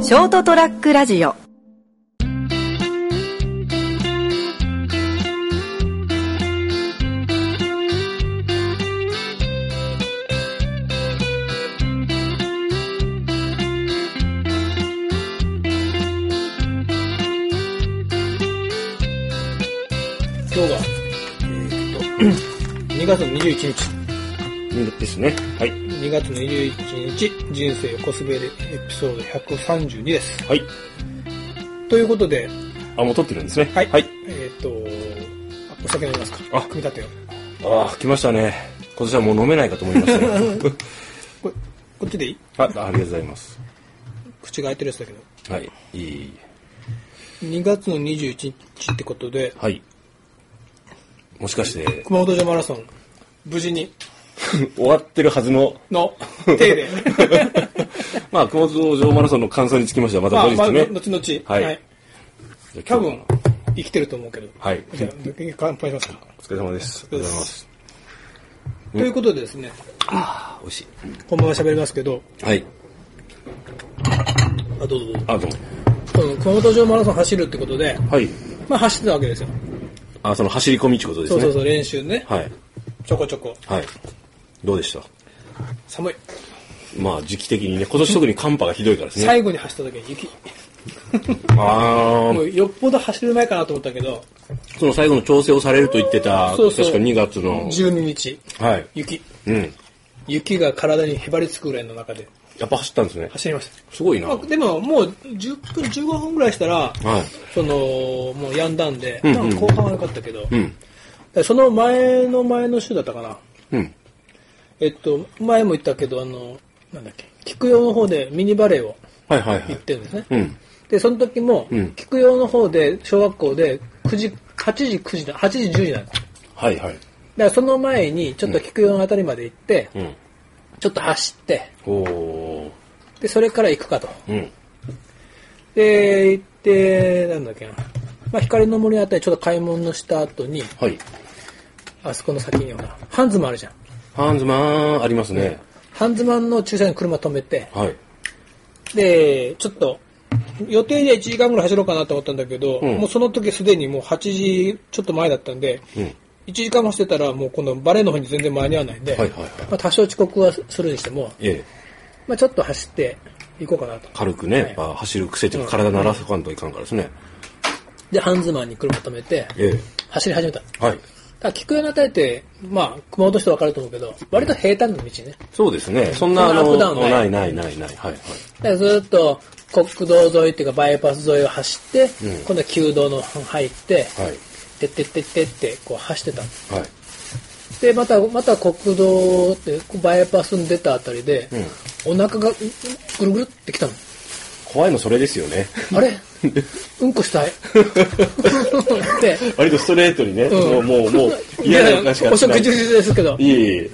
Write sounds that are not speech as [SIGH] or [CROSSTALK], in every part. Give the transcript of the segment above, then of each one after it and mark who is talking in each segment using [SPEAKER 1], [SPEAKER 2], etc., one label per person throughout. [SPEAKER 1] ショートトラックラジオ
[SPEAKER 2] 今日が、えーっと、2月の21日。
[SPEAKER 3] ですね。はい。
[SPEAKER 2] 2月の21日、人生横滑りエピソード132です。
[SPEAKER 3] はい。
[SPEAKER 2] ということで、
[SPEAKER 3] あ、もう撮ってるんですね。
[SPEAKER 2] はい。
[SPEAKER 3] はい。
[SPEAKER 2] えーっと、あお酒飲みますか
[SPEAKER 3] あ
[SPEAKER 2] 組み立てよう。
[SPEAKER 3] ああ、来ましたね。今年はもう飲めないかと思い
[SPEAKER 2] [LAUGHS]
[SPEAKER 3] ました [LAUGHS] ね。
[SPEAKER 2] これ、こっちでいい
[SPEAKER 3] あ、ありがとうございます。
[SPEAKER 2] 口が開いてるやつだけど。
[SPEAKER 3] はい。いい。
[SPEAKER 2] 2月の21日ってことで、
[SPEAKER 3] はい。もしかして、
[SPEAKER 2] 熊本城マラソン、無事に、
[SPEAKER 3] 終わってるはずの、 [LAUGHS]
[SPEAKER 2] の、手で。
[SPEAKER 3] まあ、熊本城マラソンの感想につきましては、また
[SPEAKER 2] まあ、
[SPEAKER 3] 後
[SPEAKER 2] まあ、
[SPEAKER 3] 日ね。
[SPEAKER 2] 後々。
[SPEAKER 3] はいじゃあ
[SPEAKER 2] 多
[SPEAKER 3] 今日
[SPEAKER 2] 分、生きてると思うけど。
[SPEAKER 3] はい。
[SPEAKER 2] じゃあ、乾杯しますか。
[SPEAKER 3] お疲れ様です。ありがとうございます。
[SPEAKER 2] ということでですね、
[SPEAKER 3] あ、美味し
[SPEAKER 2] こんばんは喋りますけど、
[SPEAKER 3] い。はい。
[SPEAKER 2] あ、どうぞどうぞ。
[SPEAKER 3] あ、どうも。
[SPEAKER 2] その熊本城マラソン走るってことで、
[SPEAKER 3] はい。
[SPEAKER 2] まあ走ってたわけですよ。
[SPEAKER 3] あ、その走り込みってことです
[SPEAKER 2] そ
[SPEAKER 3] ね。
[SPEAKER 2] うそうそう、練習ね。
[SPEAKER 3] はい。
[SPEAKER 2] ちょこちょこ。
[SPEAKER 3] はい。どうでした
[SPEAKER 2] 寒い。
[SPEAKER 3] まあ、時期的にね、今年特に寒波がひどいからですね。
[SPEAKER 2] 最後に走った時は雪。
[SPEAKER 3] ああ
[SPEAKER 2] も、うよっぽど走る前かなと思ったけど、
[SPEAKER 3] その最後の調整をされると言ってた、
[SPEAKER 2] そうそう
[SPEAKER 3] 確か2月の。
[SPEAKER 2] 12日、
[SPEAKER 3] はい。
[SPEAKER 2] 雪。
[SPEAKER 3] うん。
[SPEAKER 2] 雪が体にへばりつくぐらいの中で
[SPEAKER 3] やっぱ走ったんですね。
[SPEAKER 2] 走りまし
[SPEAKER 3] すごいな。
[SPEAKER 2] た。ま
[SPEAKER 3] は
[SPEAKER 2] あ、でももう10分、15分ぐらいしたら、
[SPEAKER 3] い。
[SPEAKER 2] その、もうやんだんで、
[SPEAKER 3] ん
[SPEAKER 2] 多分後半は良かったけど、
[SPEAKER 3] うん。
[SPEAKER 2] でその前の前の週だったかな。
[SPEAKER 3] うん。
[SPEAKER 2] えっと、前も言ったけど、あの、なんだっけ、菊陽の方でミニバレーを
[SPEAKER 3] はいはいは
[SPEAKER 2] 行っ
[SPEAKER 3] い。
[SPEAKER 2] てるんですね。
[SPEAKER 3] うん。
[SPEAKER 2] で、その時も
[SPEAKER 3] うん、
[SPEAKER 2] 菊陽の方で、小学校で、9時、8時、9時だ、8時、10時なんです。だか
[SPEAKER 3] はいはい。
[SPEAKER 2] らその前に、ちょっと菊陽のあたりまで行って、
[SPEAKER 3] うん。
[SPEAKER 2] ちょっと走って、
[SPEAKER 3] おー。
[SPEAKER 2] で、それから行くかと。
[SPEAKER 3] うん。
[SPEAKER 2] で、行って、なんだっけな。まあ、光の森のあたり、ちょっと買い物した後に、
[SPEAKER 3] はい。
[SPEAKER 2] あそこの先にほら、ハンズマンあるじゃん。
[SPEAKER 3] ハンズマン、ありますね。
[SPEAKER 2] ハンズマンの駐車場に車止めて、
[SPEAKER 3] はい。
[SPEAKER 2] で、ちょっと、予定では1時間ぐらい走ろうかなと思ったんだけど、
[SPEAKER 3] うん
[SPEAKER 2] もうその時すでにもう8時ちょっと前だったんで、
[SPEAKER 3] うん。
[SPEAKER 2] 1時間もしてたら、もうこのバレーの方に全然間に合わないんで、
[SPEAKER 3] はいはいはい
[SPEAKER 2] まあ、多少遅刻はするにしても、
[SPEAKER 3] ええ。
[SPEAKER 2] まあ、ちょっと走って行こうかなと。
[SPEAKER 3] 軽くね、やっぱ走る癖というか体鳴らさかんといかんからですね。
[SPEAKER 2] で、ハンズマンに車止めて、
[SPEAKER 3] え
[SPEAKER 2] 走り始めた。だか
[SPEAKER 3] え。はい。
[SPEAKER 2] ら菊屋のあたりって、まあ、熊本市と分かると思うけど、割と平坦な道ね。
[SPEAKER 3] そうですね。そんな、あ
[SPEAKER 2] そん
[SPEAKER 3] の、
[SPEAKER 2] なアップダウンな
[SPEAKER 3] ないいないないない。はいはい。
[SPEAKER 2] だからずっと国道沿いっていうかバイパス沿いを走って、
[SPEAKER 3] うん
[SPEAKER 2] 今度は旧道の方に入って、
[SPEAKER 3] はい。
[SPEAKER 2] てってってってってこう走ってたの
[SPEAKER 3] はい。
[SPEAKER 2] で、また、また国道って、バイパスに出たあたりで、お腹がうぐるぐるってきたの。
[SPEAKER 3] 怖いのそれですよね。
[SPEAKER 2] [LAUGHS] あれうんこしたい。 [LAUGHS] って、
[SPEAKER 3] 割とストレートにね、
[SPEAKER 2] ん
[SPEAKER 3] もう、もう、も
[SPEAKER 2] [LAUGHS]
[SPEAKER 3] う、嫌な予感しか
[SPEAKER 2] お
[SPEAKER 3] しな
[SPEAKER 2] 食
[SPEAKER 3] い。
[SPEAKER 2] 事中ですけど、
[SPEAKER 3] いえいえ、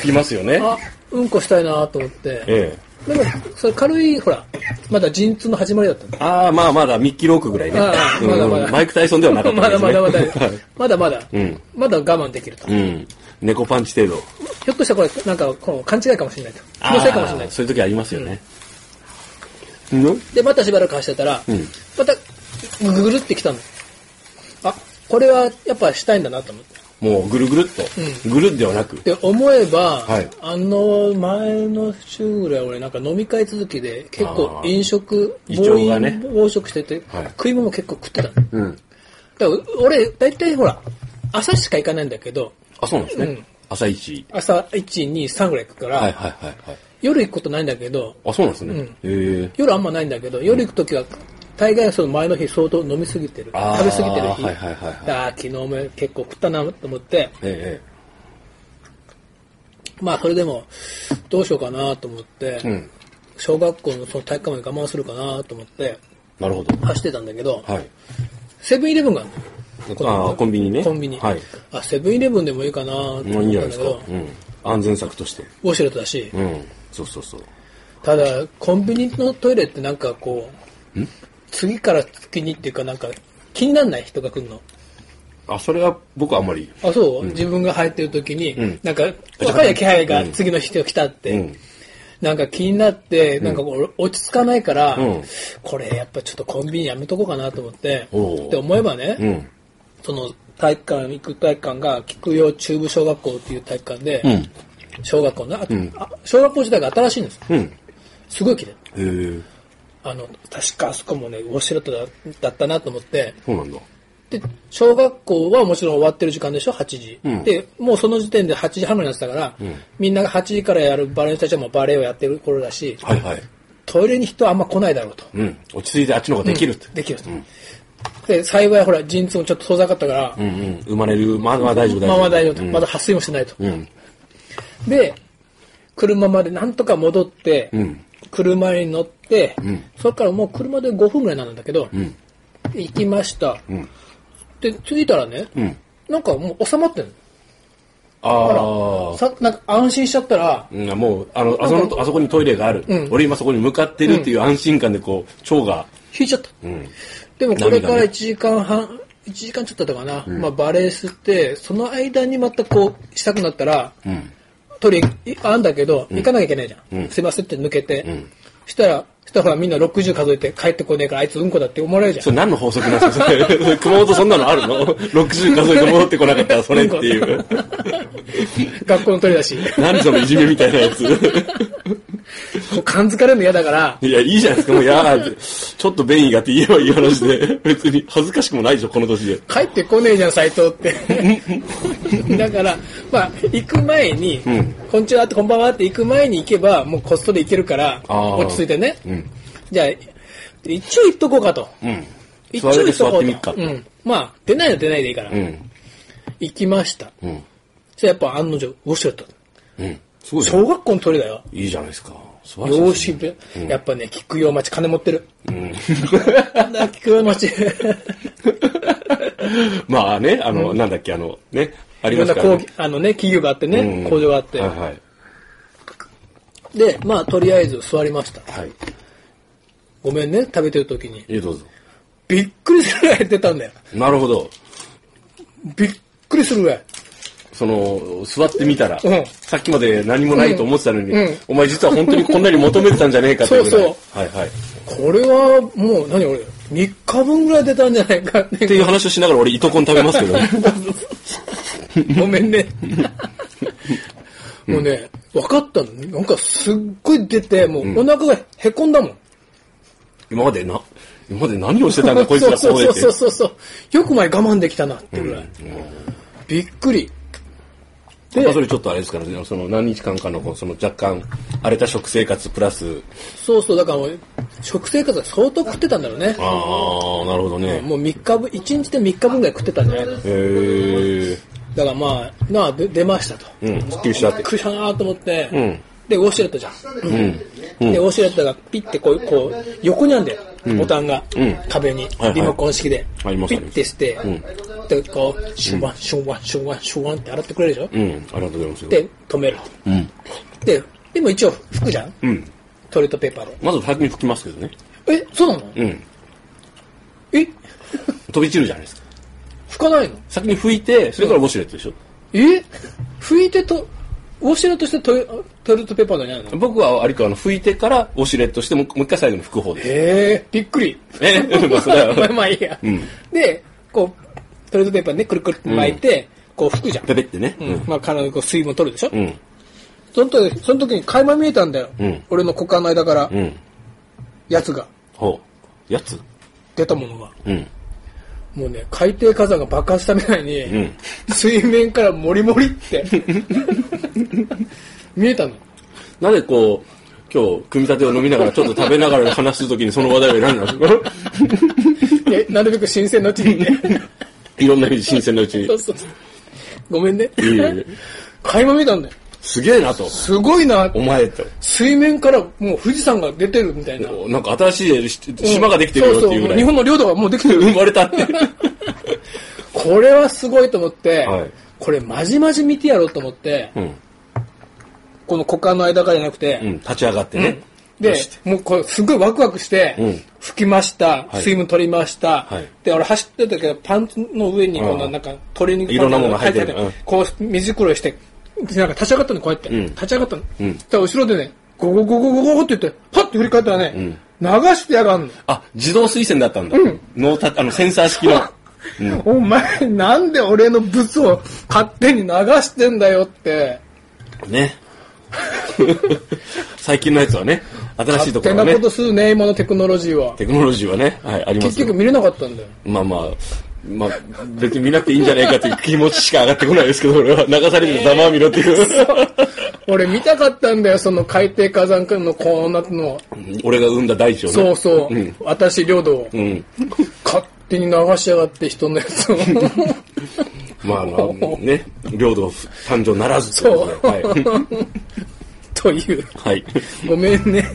[SPEAKER 3] 聞きますよね。
[SPEAKER 2] あ、うんこしたいなと思って。
[SPEAKER 3] ええ。
[SPEAKER 2] でも、それ軽い、ほら、まだ陣痛の始まりだったの。
[SPEAKER 3] ああ、まあまだミッキーロークぐらいね。
[SPEAKER 2] ああ
[SPEAKER 3] うん
[SPEAKER 2] まだまだ
[SPEAKER 3] マイク・タイソンではなかっ
[SPEAKER 2] [LAUGHS]
[SPEAKER 3] た
[SPEAKER 2] まだまだまだ
[SPEAKER 3] [LAUGHS] ですねはい、
[SPEAKER 2] まだまだ
[SPEAKER 3] うん、
[SPEAKER 2] まだ我慢できると。ひ
[SPEAKER 3] うん。猫パンチ程度。
[SPEAKER 2] ょっとしたらこれ、なんか、この勘違いかもしれないと。気のせいかもしれない
[SPEAKER 3] ああそういう時ありますよね。うん
[SPEAKER 2] で、またしばらく走ってたら、
[SPEAKER 3] ん
[SPEAKER 2] また、ぐぐるってきたの。あ、これはやっぱしたいんだなと思って。
[SPEAKER 3] もうぐるぐるっと。ぐるっではなく。
[SPEAKER 2] で、思えば、
[SPEAKER 3] はい
[SPEAKER 2] あの、前の週ぐらい俺なんか飲み会続きで、結構
[SPEAKER 3] あー
[SPEAKER 2] 飲食、
[SPEAKER 3] 胃腸がね
[SPEAKER 2] 暴飲暴食してて、
[SPEAKER 3] はい
[SPEAKER 2] 食い物も結構食ってたの。
[SPEAKER 3] うん。
[SPEAKER 2] だから俺、大体ほら、朝しか行かないんだけど、
[SPEAKER 3] あ、そうなんです
[SPEAKER 2] うん
[SPEAKER 3] ね。朝一。
[SPEAKER 2] 朝1、2、3ぐらい行くから、
[SPEAKER 3] はいはいはいはい。
[SPEAKER 2] 夜行くことないんだけど、
[SPEAKER 3] あ、そうなんですね。へえ。
[SPEAKER 2] 夜あんまないんだけど、夜行くときは、大概その前の日相当飲みすぎてる。
[SPEAKER 3] あー
[SPEAKER 2] 食べすぎてる日。
[SPEAKER 3] はいはいはいはい
[SPEAKER 2] ああ、昨日も結構食ったなと思って、
[SPEAKER 3] え
[SPEAKER 2] まあそれでも、どうしようかなと思って、
[SPEAKER 3] え。うん。
[SPEAKER 2] 小学校のその体育館まで我慢するかなと思って、
[SPEAKER 3] なるほど。
[SPEAKER 2] 走ってたんだけど、
[SPEAKER 3] はい。
[SPEAKER 2] セブンイレブンがある
[SPEAKER 3] ああ、コンビニね。
[SPEAKER 2] コンビニ。
[SPEAKER 3] はい。
[SPEAKER 2] あ、セブンイレブンでもいいかなと思った
[SPEAKER 3] もういいん
[SPEAKER 2] ん
[SPEAKER 3] じ
[SPEAKER 2] だ
[SPEAKER 3] ゃな
[SPEAKER 2] け
[SPEAKER 3] いですか。
[SPEAKER 2] ど、
[SPEAKER 3] うん。安全策として。
[SPEAKER 2] ウォシュレットだし、
[SPEAKER 3] うん。そうそうそう。
[SPEAKER 2] ただ、コンビニのトイレってなんかこう、次から次にっていうかなんか、気にならない人が来るの。
[SPEAKER 3] あ、それは僕はあんまり。
[SPEAKER 2] あ、そう、自分が入ってる時に、
[SPEAKER 3] ん
[SPEAKER 2] なんか、
[SPEAKER 3] ん
[SPEAKER 2] 若い気配が次の人来たって、
[SPEAKER 3] うん
[SPEAKER 2] なんか気になって、なんかこう落ち着かないから、
[SPEAKER 3] うん
[SPEAKER 2] これやっぱちょっとコンビニやめとこうかなと思って、
[SPEAKER 3] おう
[SPEAKER 2] って思えばね、
[SPEAKER 3] うん。
[SPEAKER 2] その体育館、行く体育館が菊陽中部小学校っていう体育館で、
[SPEAKER 3] うん。
[SPEAKER 2] 小学校の、ああ小学校自体が新しいんです。
[SPEAKER 3] うん。へ
[SPEAKER 2] すごい綺麗。
[SPEAKER 3] え。
[SPEAKER 2] あの、確かあそこもね、ウォシュレットだだったなと思って、
[SPEAKER 3] そうなんだ。
[SPEAKER 2] で、小学校はもちろん終わってる時間でしょ、8時。
[SPEAKER 3] うん
[SPEAKER 2] で、もうその時点で8時半になってたから、みんなが8時からやるバレーの人たちはもうバレーをやってる頃だし、
[SPEAKER 3] はいはい。
[SPEAKER 2] トイレに人はあんま来ないだろうと。
[SPEAKER 3] うん。落ち着いてあっちの方ができるって。
[SPEAKER 2] できると。で、幸いほら、陣痛もちょっと遠ざかったから、
[SPEAKER 3] うんうん。生まれる。まあまあ大丈夫大丈夫。
[SPEAKER 2] まあまあ大丈夫と。
[SPEAKER 3] うん
[SPEAKER 2] まだ発水もしてないと。
[SPEAKER 3] うん。
[SPEAKER 2] で、車までなんとか戻って、
[SPEAKER 3] うん
[SPEAKER 2] 車に乗って、
[SPEAKER 3] ん
[SPEAKER 2] それからもう車で5分ぐらいなんだけど、
[SPEAKER 3] ん
[SPEAKER 2] 行きました。で、着いたらね、
[SPEAKER 3] うん。
[SPEAKER 2] なんかもう収まってる
[SPEAKER 3] ああ。
[SPEAKER 2] さなんか安心しちゃったら、
[SPEAKER 3] うん、もう、あの、あそこのあそこにトイレがある。俺今そこに向かってるっていう安心感でこう、腸が。
[SPEAKER 2] 引いちゃった。
[SPEAKER 3] うん。
[SPEAKER 2] でもこれから
[SPEAKER 3] 涙ね
[SPEAKER 2] 1時間半、一時間ちょっとだったかな、まあバレー吸って、その間にまたこう、したくなったら、
[SPEAKER 3] うん。
[SPEAKER 2] トイレいあんだけど、行かなきゃいけないじゃん。すいませんって抜けて。したら、したらほらみんな60数えて帰ってこねえからあいつうんこだって思われるじゃん
[SPEAKER 3] そ。れ何の法則なんですかそ [LAUGHS] れそれ熊本そんなのあるの [LAUGHS] ?60 数えて戻ってこなかったらそれっていう。
[SPEAKER 2] [LAUGHS] 学校のトイレだし。
[SPEAKER 3] 何そのいじめみたいなやつ。
[SPEAKER 2] こう感づかれるの嫌だから、
[SPEAKER 3] いや、いいじゃないですか。もう、いやーって、ちょっと便意があって言えばいい話 [LAUGHS] で。別に恥ずかしくもないでしょ、この年で。
[SPEAKER 2] 帰って [LAUGHS] こねえじゃん、斎藤って。だから、まあ、行く前に、こんにちはってこんばんはって行く前に行けば、もうコストで行けるから、
[SPEAKER 3] あー
[SPEAKER 2] 落ち着いてね。
[SPEAKER 3] ん
[SPEAKER 2] じゃあ、一応行っとこうかと。
[SPEAKER 3] うん。
[SPEAKER 2] 一応行っとこ
[SPEAKER 3] 座れる座ってみっ
[SPEAKER 2] う
[SPEAKER 3] か
[SPEAKER 2] と。
[SPEAKER 3] と
[SPEAKER 2] うん。まあ、出ないの出ないでいいから。
[SPEAKER 3] うん。
[SPEAKER 2] 行きました。
[SPEAKER 3] うん。
[SPEAKER 2] じゃあやっぱ案の定、ウォシュレット。
[SPEAKER 3] うん。すごいじゃん
[SPEAKER 2] 小学校のトイレだよ。
[SPEAKER 3] いいじゃないですか。素晴らしい
[SPEAKER 2] 養
[SPEAKER 3] です
[SPEAKER 2] 子
[SPEAKER 3] ね。
[SPEAKER 2] 部、やっぱね、菊陽町金持ってる。 [LAUGHS] なんだ、菊陽町。
[SPEAKER 3] まあね、あの、なんだっけ、あの、ね、あ
[SPEAKER 2] い
[SPEAKER 3] り
[SPEAKER 2] ろ
[SPEAKER 3] ま
[SPEAKER 2] ん
[SPEAKER 3] す
[SPEAKER 2] な
[SPEAKER 3] から
[SPEAKER 2] 工
[SPEAKER 3] ね
[SPEAKER 2] 業。あのね、企業があって
[SPEAKER 3] うん
[SPEAKER 2] ね、工場があって
[SPEAKER 3] は。いはい。
[SPEAKER 2] で、まあ、とりあえず座りました。
[SPEAKER 3] はい。
[SPEAKER 2] ごめんね、食べてる時に。
[SPEAKER 3] え、どうぞ。
[SPEAKER 2] びっくりするぐらい出たんだよ。
[SPEAKER 3] なるほど。
[SPEAKER 2] びっくりするぐらい。
[SPEAKER 3] その、座ってみたら、
[SPEAKER 2] うん
[SPEAKER 3] さっきまで何もないと思ってたのに、
[SPEAKER 2] うん
[SPEAKER 3] お前実は本当にこんなに求めてたんじゃねえかっていうぐらい。
[SPEAKER 2] そう
[SPEAKER 3] はいはい。っ
[SPEAKER 2] これは、もう、何俺、3日分ぐらい出たんじゃないかって
[SPEAKER 3] ていう話をしながら俺、糸コン食べますけ [LAUGHS] どね。
[SPEAKER 2] ごめんね。もうね、分かったの。なんかすっごい出て、もうお腹がへこんだもん。
[SPEAKER 3] 今までな、今まで何をしてたんだ、こいつら
[SPEAKER 2] そう
[SPEAKER 3] こう
[SPEAKER 2] そう
[SPEAKER 3] やって。
[SPEAKER 2] そうそうそう。よく前我慢できたなってぐらい。びっくり。
[SPEAKER 3] ま
[SPEAKER 2] で
[SPEAKER 3] あ、そ、れちょっとあれですからね、その何日間かのこうその若干荒れた食生活プラス、
[SPEAKER 2] そうそう、だからもう食生活が相当食ってたんだろうね
[SPEAKER 3] あ。あ、なるほどね。
[SPEAKER 2] もう3日分、1日で3日分ぐらい食ってたんじゃないの
[SPEAKER 3] へえ、
[SPEAKER 2] だからまあ、なあ、で出ましたと。
[SPEAKER 3] うん、すっきりしたって。
[SPEAKER 2] くしゃなーと思って、
[SPEAKER 3] ん
[SPEAKER 2] で、ウォシュレットじゃん。
[SPEAKER 3] うん
[SPEAKER 2] で、ウォシュレットがピッてこう、こう横にあんだよ、ボタンが、壁に
[SPEAKER 3] はい、
[SPEAKER 2] リモコン式で、
[SPEAKER 3] あります
[SPEAKER 2] ピッてして、で、こう、シュワン、シュワン、シュワン、シュワンって洗ってくれるでしょ、
[SPEAKER 3] うん、ありがとうございます。
[SPEAKER 2] で、止める。
[SPEAKER 3] うん、
[SPEAKER 2] で、でも一応拭くじゃん、
[SPEAKER 3] うん。
[SPEAKER 2] トイレットペーパーで。
[SPEAKER 3] まず先に拭きますけどね。
[SPEAKER 2] え、そうなの、
[SPEAKER 3] うん。
[SPEAKER 2] え、
[SPEAKER 3] 飛び散るじゃないですか。
[SPEAKER 2] 拭かないの
[SPEAKER 3] 先に拭いて、それからウォシュレットでしょ。
[SPEAKER 2] え拭いてと、ウォシュレットしてトイトイレットペーパーなんじゃないの
[SPEAKER 3] 僕は、あれか、あの、拭いてからウォシュレットしても、もう一回最後に拭く方です。
[SPEAKER 2] えー、びっくり。
[SPEAKER 3] え [LAUGHS] まあ、それ
[SPEAKER 2] まあ
[SPEAKER 3] は、
[SPEAKER 2] まあいいや。で、こう、トイレットペーパーね、くるくるって巻いて、こう拭くじゃん。
[SPEAKER 3] ペペってね。う
[SPEAKER 2] うん
[SPEAKER 3] ん。
[SPEAKER 2] まあ、体にこう水分取るでしょ、
[SPEAKER 3] うん。
[SPEAKER 2] その時、その時に垣間見えたんだよ。
[SPEAKER 3] うん
[SPEAKER 2] 俺の股間の間から、
[SPEAKER 3] うん。
[SPEAKER 2] やつが、
[SPEAKER 3] ほう。やつ
[SPEAKER 2] 出たものが。
[SPEAKER 3] うん。
[SPEAKER 2] もうね、海底火山が爆発したみたいに、
[SPEAKER 3] ん
[SPEAKER 2] 水面からモリモリっ
[SPEAKER 3] [LAUGHS]
[SPEAKER 2] て、見えたの。
[SPEAKER 3] なぜこう、今日、組み立てを飲みながら、ちょっと食べながら話するときにその話題を選んだんですか
[SPEAKER 2] え、なるべく新鮮なうちに
[SPEAKER 3] [LAUGHS]
[SPEAKER 2] ね。
[SPEAKER 3] いろんな意味で新鮮なうちに
[SPEAKER 2] そう。そうそう。ごめんね。
[SPEAKER 3] いえいえ
[SPEAKER 2] 垣間見たんだよ。
[SPEAKER 3] すげえなと。
[SPEAKER 2] すごいな。
[SPEAKER 3] お前と。
[SPEAKER 2] 水面からもう富士山が出てるみたいな。
[SPEAKER 3] なんか新しい島ができてるよっていうぐらい。
[SPEAKER 2] そそも日本の領土がもうできてる。
[SPEAKER 3] 生まれたって。
[SPEAKER 2] これはすごいと思って、
[SPEAKER 3] はい
[SPEAKER 2] これまじまじ見てやろうと思って、
[SPEAKER 3] うん。
[SPEAKER 2] この股間の間からじゃなくて、
[SPEAKER 3] うん。立ち上がってね。
[SPEAKER 2] で
[SPEAKER 3] よし、
[SPEAKER 2] もうこれすごいワクワクして、
[SPEAKER 3] うん
[SPEAKER 2] 拭きました、
[SPEAKER 3] い
[SPEAKER 2] 水分取りました、
[SPEAKER 3] はい
[SPEAKER 2] で、俺走ってたけど、パンツの上にこんな
[SPEAKER 3] うん
[SPEAKER 2] なんか鶏肉
[SPEAKER 3] いろんなものが入ってる
[SPEAKER 2] こう、水黒いして、なんか立ち上がったの、こうやって。
[SPEAKER 3] ん
[SPEAKER 2] 立ち上がったの。
[SPEAKER 3] ん
[SPEAKER 2] そしたら後ろでね、ゴゴゴゴゴゴゴって言って、パッて振り返ったらね、流してやがんの。
[SPEAKER 3] あ、自動推薦だったんだ。ノータあの、センサー式の。
[SPEAKER 2] お前、なんで俺のブツを勝手に流してんだよって。
[SPEAKER 3] ね。 [LAUGHS] 最近のやつはね、新しい
[SPEAKER 2] 勝
[SPEAKER 3] とこ
[SPEAKER 2] 手
[SPEAKER 3] ろは
[SPEAKER 2] な
[SPEAKER 3] ね
[SPEAKER 2] こ、とするね、今のテクノロジーは。
[SPEAKER 3] テクノロジーはね、はい、ありま
[SPEAKER 2] 結
[SPEAKER 3] すよ
[SPEAKER 2] 局見れなかったんだよ。
[SPEAKER 3] まあまあ、まあ、別に見なくていいんじゃないかという気持ちしか上がってこないですけど、俺は流されてざまあみろっていう。
[SPEAKER 2] 俺見たかったんだよ、その海底火山くんのこうなのを。
[SPEAKER 3] 俺が生んだ大地をね。
[SPEAKER 2] そうそう。私、領土を。
[SPEAKER 3] うん。
[SPEAKER 2] 勝手に流しやがって人のやつを。 [LAUGHS]
[SPEAKER 3] まあ、あのね、領土誕生ならずということで
[SPEAKER 2] という。
[SPEAKER 3] はい。はい。
[SPEAKER 2] ごめんね。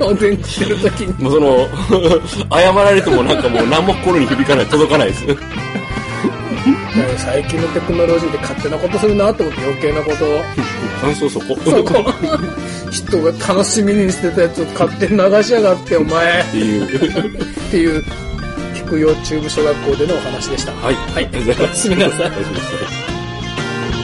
[SPEAKER 2] お前日してる時に。
[SPEAKER 3] もうその、 [LAUGHS] 謝られてもなんかもう何も心に響かない、届かない [LAUGHS] です。
[SPEAKER 2] 最近のテクノロジーで勝手なことするなってこと余計なこと
[SPEAKER 3] [LAUGHS]
[SPEAKER 2] を。
[SPEAKER 3] 感想そこ。
[SPEAKER 2] そこ。人が楽しみにしてたやつを勝手に流しやがって、お前。
[SPEAKER 3] っていう。
[SPEAKER 2] っていう、菊陽中部小学校でのお話でした。
[SPEAKER 3] はい。
[SPEAKER 2] は
[SPEAKER 3] はいい。ありがとうございます。
[SPEAKER 2] おやすみなさい
[SPEAKER 3] おやすみなさい。